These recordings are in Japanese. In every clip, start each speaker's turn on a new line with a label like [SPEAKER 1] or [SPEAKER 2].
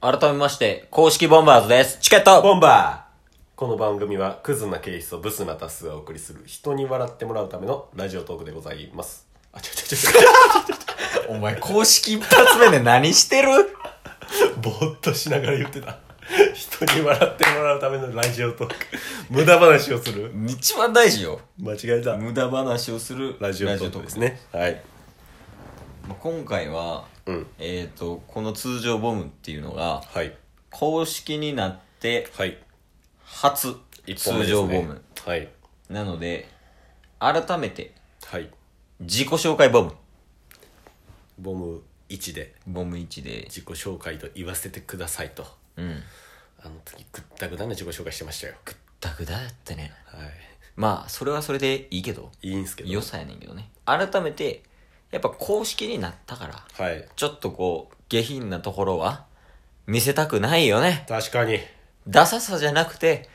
[SPEAKER 1] 改めまして、公式ボンバーズです。チケット
[SPEAKER 2] ボンバーこの番組はクズなケースとブスな多数がお送りする人に笑ってもらうためのラジオトークでございます。あ、ちょちょちょち
[SPEAKER 1] お前、公式一発目で何してる
[SPEAKER 2] ょ、ぼーっとしながら言ってた。人に笑ってもらうためのラジオトーク。無駄話をする。
[SPEAKER 1] 一番大事よ。
[SPEAKER 2] 間違えた。
[SPEAKER 1] 無駄話をする
[SPEAKER 2] ラジオトークです。ね。はい。
[SPEAKER 1] まあ今回は、
[SPEAKER 2] うん
[SPEAKER 1] えっ、と、この通常ボムっていうのが、
[SPEAKER 2] はい。
[SPEAKER 1] 公式になって
[SPEAKER 2] はい。
[SPEAKER 1] 初、通常ボム。。
[SPEAKER 2] はい。
[SPEAKER 1] なので、改めて、
[SPEAKER 2] はい。
[SPEAKER 1] 自己紹介ボム。
[SPEAKER 2] ボム1で
[SPEAKER 1] ボム1で。
[SPEAKER 2] 自己紹介と言わせてくださいと。
[SPEAKER 1] うん。
[SPEAKER 2] あの時、ぐったぐだな自己紹介してましたよ。
[SPEAKER 1] ダクダやってね。
[SPEAKER 2] はい。
[SPEAKER 1] まあ、それはそれでいいけど。
[SPEAKER 2] いいんすけど。
[SPEAKER 1] 良さやねんけどね改めてやっぱ公式になったから
[SPEAKER 2] はい。
[SPEAKER 1] ちょっとこう下品なところは見せたくないよね
[SPEAKER 2] 確かに。
[SPEAKER 1] ダサさじゃなくて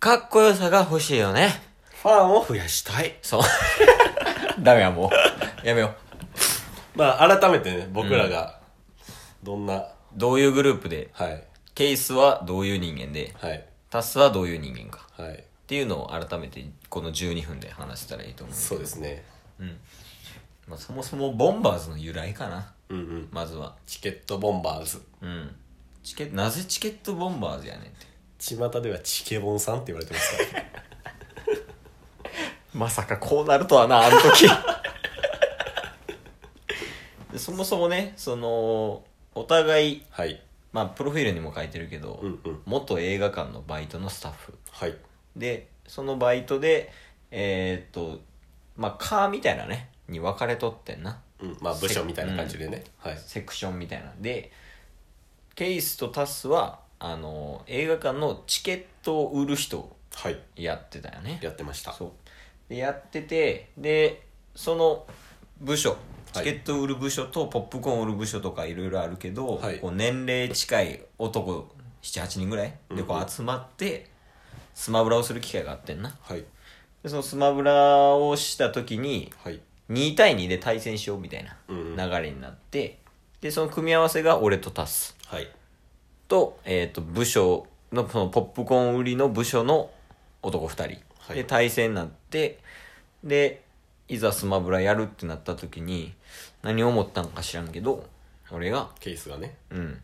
[SPEAKER 1] かっこよさが欲しいよね
[SPEAKER 2] ファンを増やしたい。
[SPEAKER 1] そう ダメやもうやめよう
[SPEAKER 2] まあ、改めてね、僕らが、どんな、
[SPEAKER 1] どういうグループで
[SPEAKER 2] はい、
[SPEAKER 1] ケイスはどういう人間で
[SPEAKER 2] はい、
[SPEAKER 1] タスはどういう人間か
[SPEAKER 2] はい、
[SPEAKER 1] っていうのを改めてこの12分で話したらいいと思う、
[SPEAKER 2] そうですね。
[SPEAKER 1] まあ、そもそもボンバーズの由来かな
[SPEAKER 2] うんうん。
[SPEAKER 1] まずは
[SPEAKER 2] チケットボンバーズ。
[SPEAKER 1] うんチケなぜチケットボンバーズやねんって
[SPEAKER 2] 巷ではチケボンさんって言われてます から。
[SPEAKER 1] まさかこうなるとはな、あの 時。でそもそもね、その、お互い、
[SPEAKER 2] はい、
[SPEAKER 1] まあ、プロフィールにも書いてるけど、
[SPEAKER 2] うんうん
[SPEAKER 1] 元映画館のバイトのスタッフ。
[SPEAKER 2] はい、
[SPEAKER 1] で、そのバイトで、えーっと、まあ、カーみたいなね、に分かれとってんな。
[SPEAKER 2] うん。まあ、部署みたいな感じでね。はい。
[SPEAKER 1] セクションみたいな。で、ケイスとタスは、あの、映画館のチケットを売る人を
[SPEAKER 2] はい。
[SPEAKER 1] やってたよね。
[SPEAKER 2] やってました。
[SPEAKER 1] そうでやっててでその部署チケット売る部署とポップコーン売る部署とかいろいろあるけど、
[SPEAKER 2] はい
[SPEAKER 1] こう年齢近い男78人ぐらいでこう集まってスマブラをする機会があってんな
[SPEAKER 2] はい、
[SPEAKER 1] でそのスマブラをした時に
[SPEAKER 2] はい、
[SPEAKER 1] 2対2で対戦しようみたいな
[SPEAKER 2] うんうん
[SPEAKER 1] 流れになってでその組み合わせが俺とタス
[SPEAKER 2] はい、
[SPEAKER 1] と,、えー、と部署のそのポップコーン売りの部署の男2人、
[SPEAKER 2] はい
[SPEAKER 1] で対戦になってでいざスマブラやるってなった時に何を思ったのか知らんけど俺が
[SPEAKER 2] ケースがね。
[SPEAKER 1] うん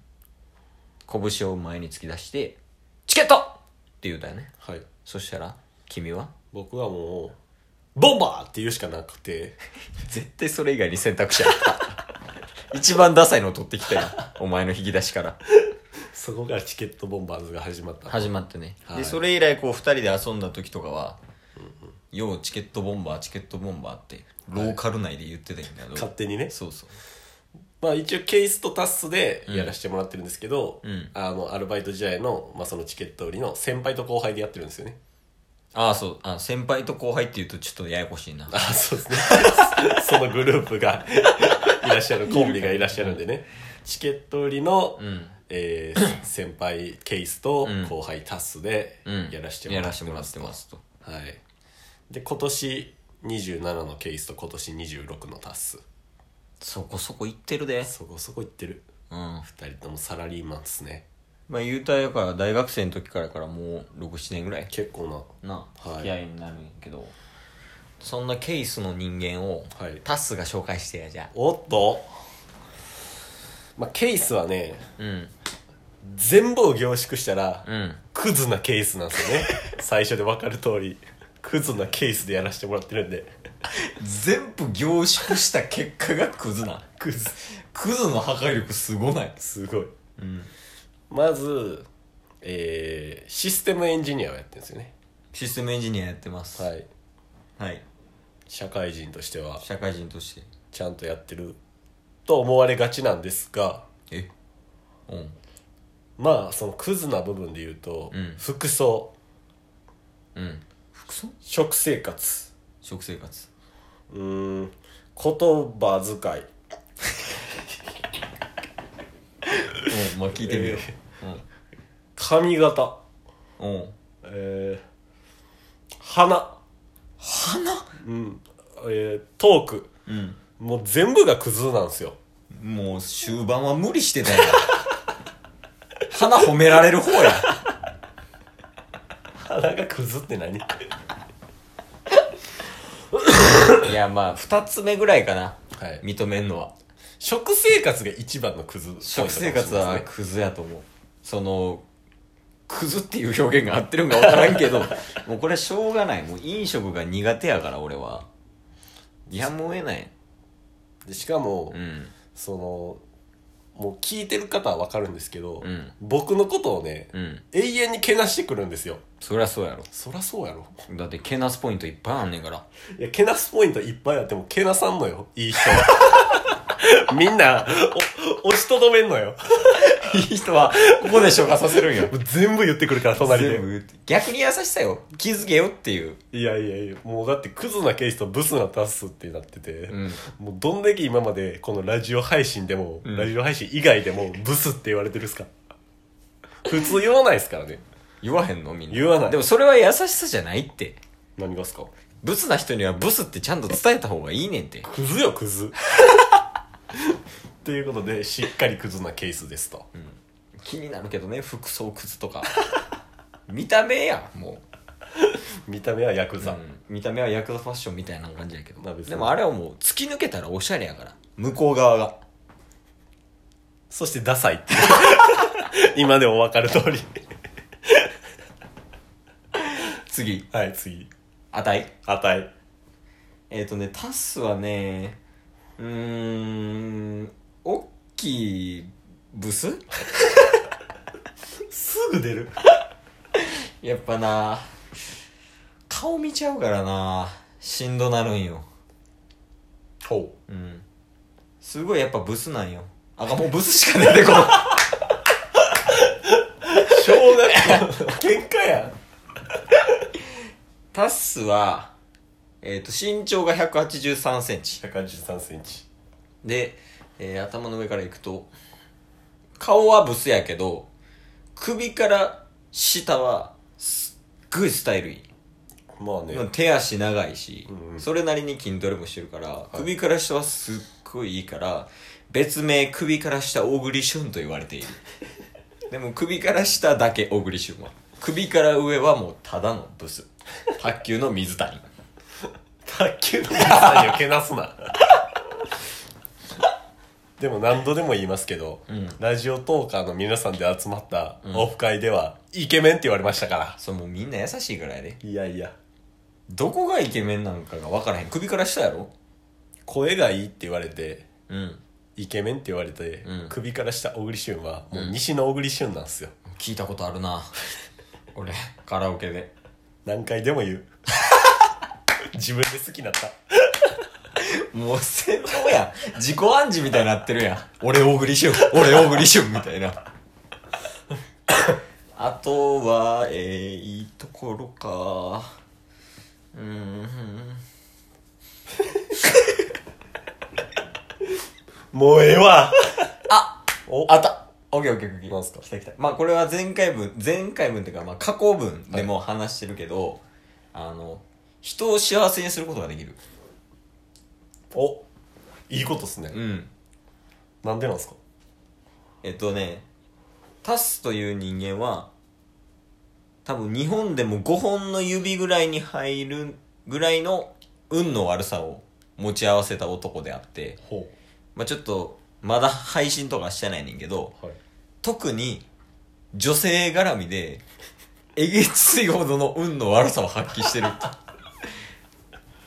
[SPEAKER 1] 拳を前に突き出して「チケット!」って言うたよね
[SPEAKER 2] はい。
[SPEAKER 1] そしたら「君は?
[SPEAKER 2] 僕はもう、ボンバーって言うしかなく て、」
[SPEAKER 1] 絶対それ以外に選択肢あった 一番ダサいのを取ってきたよお前の引き出しから
[SPEAKER 2] そこからチケットボンバーズが始まった。
[SPEAKER 1] 始まってね、
[SPEAKER 2] はい
[SPEAKER 1] でそれ以来こう2人で遊んだ時とかは「ようチケットボンバーチケットボンバー」ってローカル内で言ってたんだけど、
[SPEAKER 2] 勝手にね。
[SPEAKER 1] そうそう
[SPEAKER 2] まあ一応ケースとタッスでやらせてもらってるんですけど、
[SPEAKER 1] うん
[SPEAKER 2] あのアルバイト時代の,、まあそのチケット売りの先輩と後輩でやってるんですよね
[SPEAKER 1] ああそうあ先輩と後輩っていうとちょっとややこしいな
[SPEAKER 2] ああそうですね そのグループが いらっしゃるコンビがいらっしゃるんでねチケット売りの、
[SPEAKER 1] うん
[SPEAKER 2] えー先輩ケースと
[SPEAKER 1] うん
[SPEAKER 2] 後輩タッスで
[SPEAKER 1] うん
[SPEAKER 2] やらせて
[SPEAKER 1] や
[SPEAKER 2] もら
[SPEAKER 1] ら
[SPEAKER 2] っ
[SPEAKER 1] しててもら
[SPEAKER 2] ま
[SPEAKER 1] っ
[SPEAKER 2] す、
[SPEAKER 1] てますと
[SPEAKER 2] はいで今年27のケースと今年26のタッス
[SPEAKER 1] そこそこ行ってるで
[SPEAKER 2] そこそこ行ってる
[SPEAKER 1] うん
[SPEAKER 2] 2人ともサラリーマンですね
[SPEAKER 1] まあ言うたらやから大学生の時からやからもう67年ぐらい
[SPEAKER 2] 結構な
[SPEAKER 1] な
[SPEAKER 2] はい
[SPEAKER 1] 付き合いになるんやけど、そんなケースの人間を、
[SPEAKER 2] はい
[SPEAKER 1] タスが紹介してやじゃ
[SPEAKER 2] おっと、まあ、ケースはね
[SPEAKER 1] あうん
[SPEAKER 2] 全部を凝縮したら、
[SPEAKER 1] うん
[SPEAKER 2] クズなケースなんで すよね最初で分かる通りクズなケースでやらせてもらってるんで
[SPEAKER 1] 全部凝縮した結果がクズな
[SPEAKER 2] クズ
[SPEAKER 1] クズの破壊力すごない
[SPEAKER 2] すごい
[SPEAKER 1] うん
[SPEAKER 2] まずえーシステムエンジニアをやってるんですよね
[SPEAKER 1] システムエンジニアやってます
[SPEAKER 2] はい
[SPEAKER 1] はい
[SPEAKER 2] 社会人としては
[SPEAKER 1] 社会人として
[SPEAKER 2] ちゃんとやってると思われがちなんですが
[SPEAKER 1] えうん
[SPEAKER 2] まあそのクズな部分で言うと、
[SPEAKER 1] うん
[SPEAKER 2] 服装
[SPEAKER 1] うん服装
[SPEAKER 2] 食生活
[SPEAKER 1] 食生 活
[SPEAKER 2] うーん言葉遣い
[SPEAKER 1] うんまあ聞いてみよ
[SPEAKER 2] 髪型
[SPEAKER 1] う、うん
[SPEAKER 2] えー、鼻
[SPEAKER 1] 鼻
[SPEAKER 2] うん、えー、トーク
[SPEAKER 1] うん
[SPEAKER 2] もう全部がクズなんですよ
[SPEAKER 1] もう終盤は無理してたよ花褒められる方や。
[SPEAKER 2] 鼻がクズって何はい
[SPEAKER 1] や、まあ、二つ目ぐらいかな。
[SPEAKER 2] い
[SPEAKER 1] 認めんのは。
[SPEAKER 2] 食生活が一番のクズポイントかも
[SPEAKER 1] 食
[SPEAKER 2] し
[SPEAKER 1] 生
[SPEAKER 2] れないで
[SPEAKER 1] 活
[SPEAKER 2] すね
[SPEAKER 1] はクズやと思う。その、クズっていう表現が合ってるんかわからん けど、もうこれはしょうがない。もう飲食が苦手やから、俺は。やむを得ない。
[SPEAKER 2] でしかも、
[SPEAKER 1] うん。
[SPEAKER 2] そのもう聞いてる方は分かるんですけど、
[SPEAKER 1] うん
[SPEAKER 2] 僕のことをね、
[SPEAKER 1] うん。
[SPEAKER 2] 永遠にけなしてくるんですよ
[SPEAKER 1] そりゃそうやろ。
[SPEAKER 2] そりゃそうやろ
[SPEAKER 1] だって、けなすポイントいっぱいあんねんから。
[SPEAKER 2] いやけなすポイントいっぱいあってもけなさんのよいい人は みんなお押しとどめんのよ
[SPEAKER 1] いい人は、ここで消化させるん よ。
[SPEAKER 2] もう全部言ってくるから隣で
[SPEAKER 1] 全部逆に優しさよ。気づけよっていう。
[SPEAKER 2] いやいやいやもうだってクズなケースとブスなタスってなってて、
[SPEAKER 1] うん。
[SPEAKER 2] もうどんだけ今までこのラジオ配信でも、
[SPEAKER 1] うん
[SPEAKER 2] ラジオ配信以外でもブスって言われてるっすか普通言わないですからね
[SPEAKER 1] 言わへんのみんな。
[SPEAKER 2] 言わない
[SPEAKER 1] でもそれは優しさじゃないって。
[SPEAKER 2] 何がっすか
[SPEAKER 1] ブスな人にはブスってちゃんと伝えた方がいいねんって。
[SPEAKER 2] クズよ クズということでしっかりクズなケースですと、
[SPEAKER 1] 気になるけどね、服装靴とか。 見た目やん、も
[SPEAKER 2] 見た目はヤク
[SPEAKER 1] う。
[SPEAKER 2] ザ、
[SPEAKER 1] うん見た目はヤクザファッションみたいな感じやけ
[SPEAKER 2] まあ
[SPEAKER 1] ど。
[SPEAKER 2] 別に
[SPEAKER 1] でもあれはもう突き抜けたらおしゃれやから。向こう側が。
[SPEAKER 2] そしてダサいっていう 今でも分かる通り
[SPEAKER 1] 次、
[SPEAKER 2] はい次
[SPEAKER 1] 値。
[SPEAKER 2] 値
[SPEAKER 1] えっ、とね、タスはね、うーん、大きいブス
[SPEAKER 2] すぐ出る
[SPEAKER 1] やっぱな顔見ちゃうからなしんどなるんよ
[SPEAKER 2] ほう
[SPEAKER 1] うんすごいやっぱブスなんよあもうブスしか出てこな
[SPEAKER 2] 小学校の喧嘩や
[SPEAKER 1] いタッスはえっ、と身長が1 8 3センチ
[SPEAKER 2] 1 8 3ンチ
[SPEAKER 1] で、えー頭の上からいくと顔はブスやけど首から下はすっごいスタイルいい
[SPEAKER 2] まあね、
[SPEAKER 1] 手足長いし、
[SPEAKER 2] うんうん
[SPEAKER 1] それなりに筋トレもしてるから、首から下はすっごいいいから別名首から下小栗旬と言われて いるでも首から下だけ小栗旬は首から上はもうただのブス卓球の水谷
[SPEAKER 2] 卓球の皆さんをけなすなでも何度でも言いますけど、
[SPEAKER 1] ん
[SPEAKER 2] ラジオトーカーの皆さんで集まったオフ会では、イケメンって言われましたから
[SPEAKER 1] そうもうみんな優しいからやで
[SPEAKER 2] いやいや
[SPEAKER 1] どこがイケメンなんかが分からへん首から下やろ
[SPEAKER 2] 声がいいって言われて
[SPEAKER 1] うん
[SPEAKER 2] イケメンって言われて、
[SPEAKER 1] うん
[SPEAKER 2] 首から下小栗旬はもう西の小栗旬なんですよ、
[SPEAKER 1] 聞いたことあるな 俺カラオケで
[SPEAKER 2] 何回でも言う 自分で好きになった
[SPEAKER 1] もう洗脳やん自己暗示みたいになってるやん俺大栗旬俺大栗旬みたいな あとはえー、いいところかうーん
[SPEAKER 2] もうええわ
[SPEAKER 1] あ
[SPEAKER 2] お
[SPEAKER 1] あったオッケーオッケーオッケー
[SPEAKER 2] なんすか
[SPEAKER 1] 来た来たまあこれは前回分前回分っていうかまあ過去分でも話してるけど、あの人を幸せにすることができる
[SPEAKER 2] おいいことっすね、
[SPEAKER 1] うん
[SPEAKER 2] なんでなんですか
[SPEAKER 1] えっとね、タスという人間は、多分日本でも5本の指ぐらいに入るぐらいの運の悪さを持ち合わせた男であって、
[SPEAKER 2] ほ
[SPEAKER 1] まあちょっと、まだ配信とかしてないねんけど、
[SPEAKER 2] うはい
[SPEAKER 1] 特に女性絡みで、えげついほどの運の悪さを発揮してる。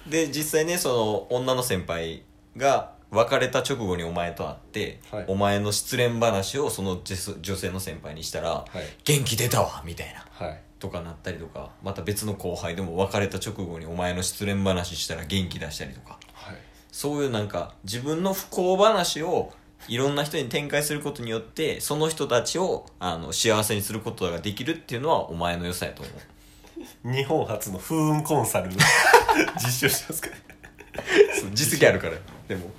[SPEAKER 1] で、実際ね、その女の先輩が別れた直後にお前と会って、
[SPEAKER 2] はい
[SPEAKER 1] お前の失恋話をその女女性の先輩にしたら、
[SPEAKER 2] はい
[SPEAKER 1] 元気出たわみたいな。
[SPEAKER 2] はい
[SPEAKER 1] とかなったりとか、また別の後輩でも別れた直後にお前の失恋話したら元気出したりとか。
[SPEAKER 2] はい
[SPEAKER 1] そういうなんか自分の不幸話をいろんな人に展開することによってその人たちをあの幸せにすることができるっていうのはお前の良さやと思う
[SPEAKER 2] 日本初の風雲コンサル 実証してますか
[SPEAKER 1] 実績あるからでも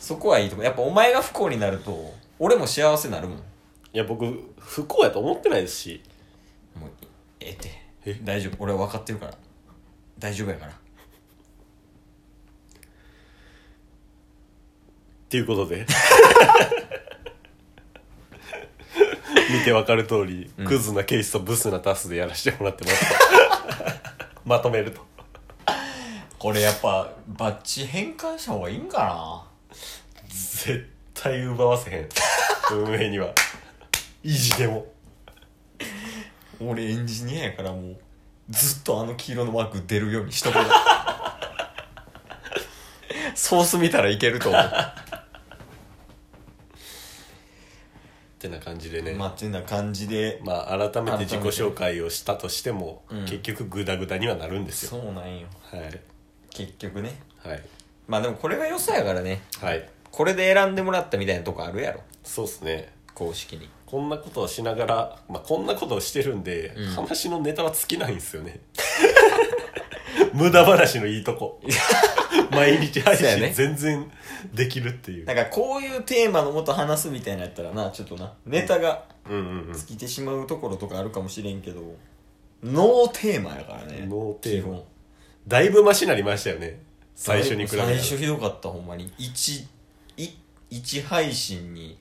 [SPEAKER 1] そこはいいと思うやっぱお前が不幸になると俺も幸せになるもんも
[SPEAKER 2] いや僕不幸やと思ってないですし
[SPEAKER 1] うええって
[SPEAKER 2] え
[SPEAKER 1] 大丈夫俺は分かってるから大丈夫やから
[SPEAKER 2] っていうことで 見てわかる通り、クズなケースとブスなタスでやらせてもらってます まとめると
[SPEAKER 1] これやっぱバッチ変換した方がいいんか
[SPEAKER 2] 絶対奪わせへん運営には意地でも
[SPEAKER 1] な俺エンジニアやからもうずっとあの黄色のマーク出るようにしとこうソース見たらいけると思う
[SPEAKER 2] ってな感じでね、
[SPEAKER 1] まあってな感じで
[SPEAKER 2] まあ改めて自己紹介をしたとしても、
[SPEAKER 1] うん
[SPEAKER 2] 結局グダグダにはなるんですよ
[SPEAKER 1] そうなんよ
[SPEAKER 2] はい
[SPEAKER 1] 結局ね
[SPEAKER 2] はい
[SPEAKER 1] まあでもこれが良さやからね
[SPEAKER 2] はい
[SPEAKER 1] これで選んでもらったみたいなとこあるやろ
[SPEAKER 2] そうっすね
[SPEAKER 1] 公式に
[SPEAKER 2] こんなことをしながら、まあ、こんなことをしてるんで、
[SPEAKER 1] うん
[SPEAKER 2] 話のネタは尽きないんですよね 無駄話のいいと こ毎日配
[SPEAKER 1] そうやね
[SPEAKER 2] 信全然できるっていう
[SPEAKER 1] なんかこういうテーマのもと話すみたいなやったらなちょっとなネタが
[SPEAKER 2] うんうんうん
[SPEAKER 1] 尽きてしまうところとかあるかもしれんけどノーテーマやからね
[SPEAKER 2] ノーテー
[SPEAKER 1] 基
[SPEAKER 2] マ
[SPEAKER 1] 本
[SPEAKER 2] だいぶマシになりましたよね最初に比べたら
[SPEAKER 1] 最初ひどかったほんまに 1, 1配信に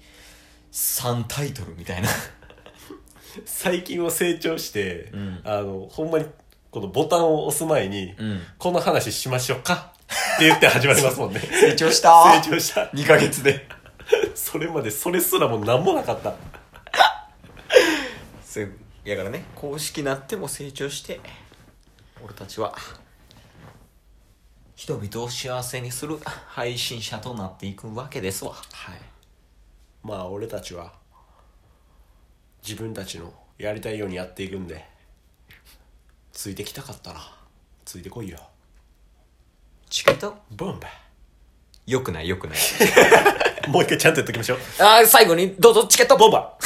[SPEAKER 1] 3タイトルみたいな
[SPEAKER 2] 最近は成長して、
[SPEAKER 1] うん
[SPEAKER 2] あのほんまにこのボタンを押す前に、
[SPEAKER 1] うん
[SPEAKER 2] この話しましょうかって言って始まりますもん ね
[SPEAKER 1] 成長した
[SPEAKER 2] 成長した
[SPEAKER 1] 2ヶ月で
[SPEAKER 2] それまでそれすらも何もなかった
[SPEAKER 1] そうやからね公式なっても成長して俺たちは人々を幸せにする配信者となっていくわけですわ
[SPEAKER 2] はいまあ俺たちは自分たちのやりたいようにやっていくんでついてきたかったらついてこいよ
[SPEAKER 1] チケット
[SPEAKER 2] ボンバ
[SPEAKER 1] よくないよくない
[SPEAKER 2] ーもう一回ちゃんとやっときましょう
[SPEAKER 1] あー最後にどうぞチケットボンバー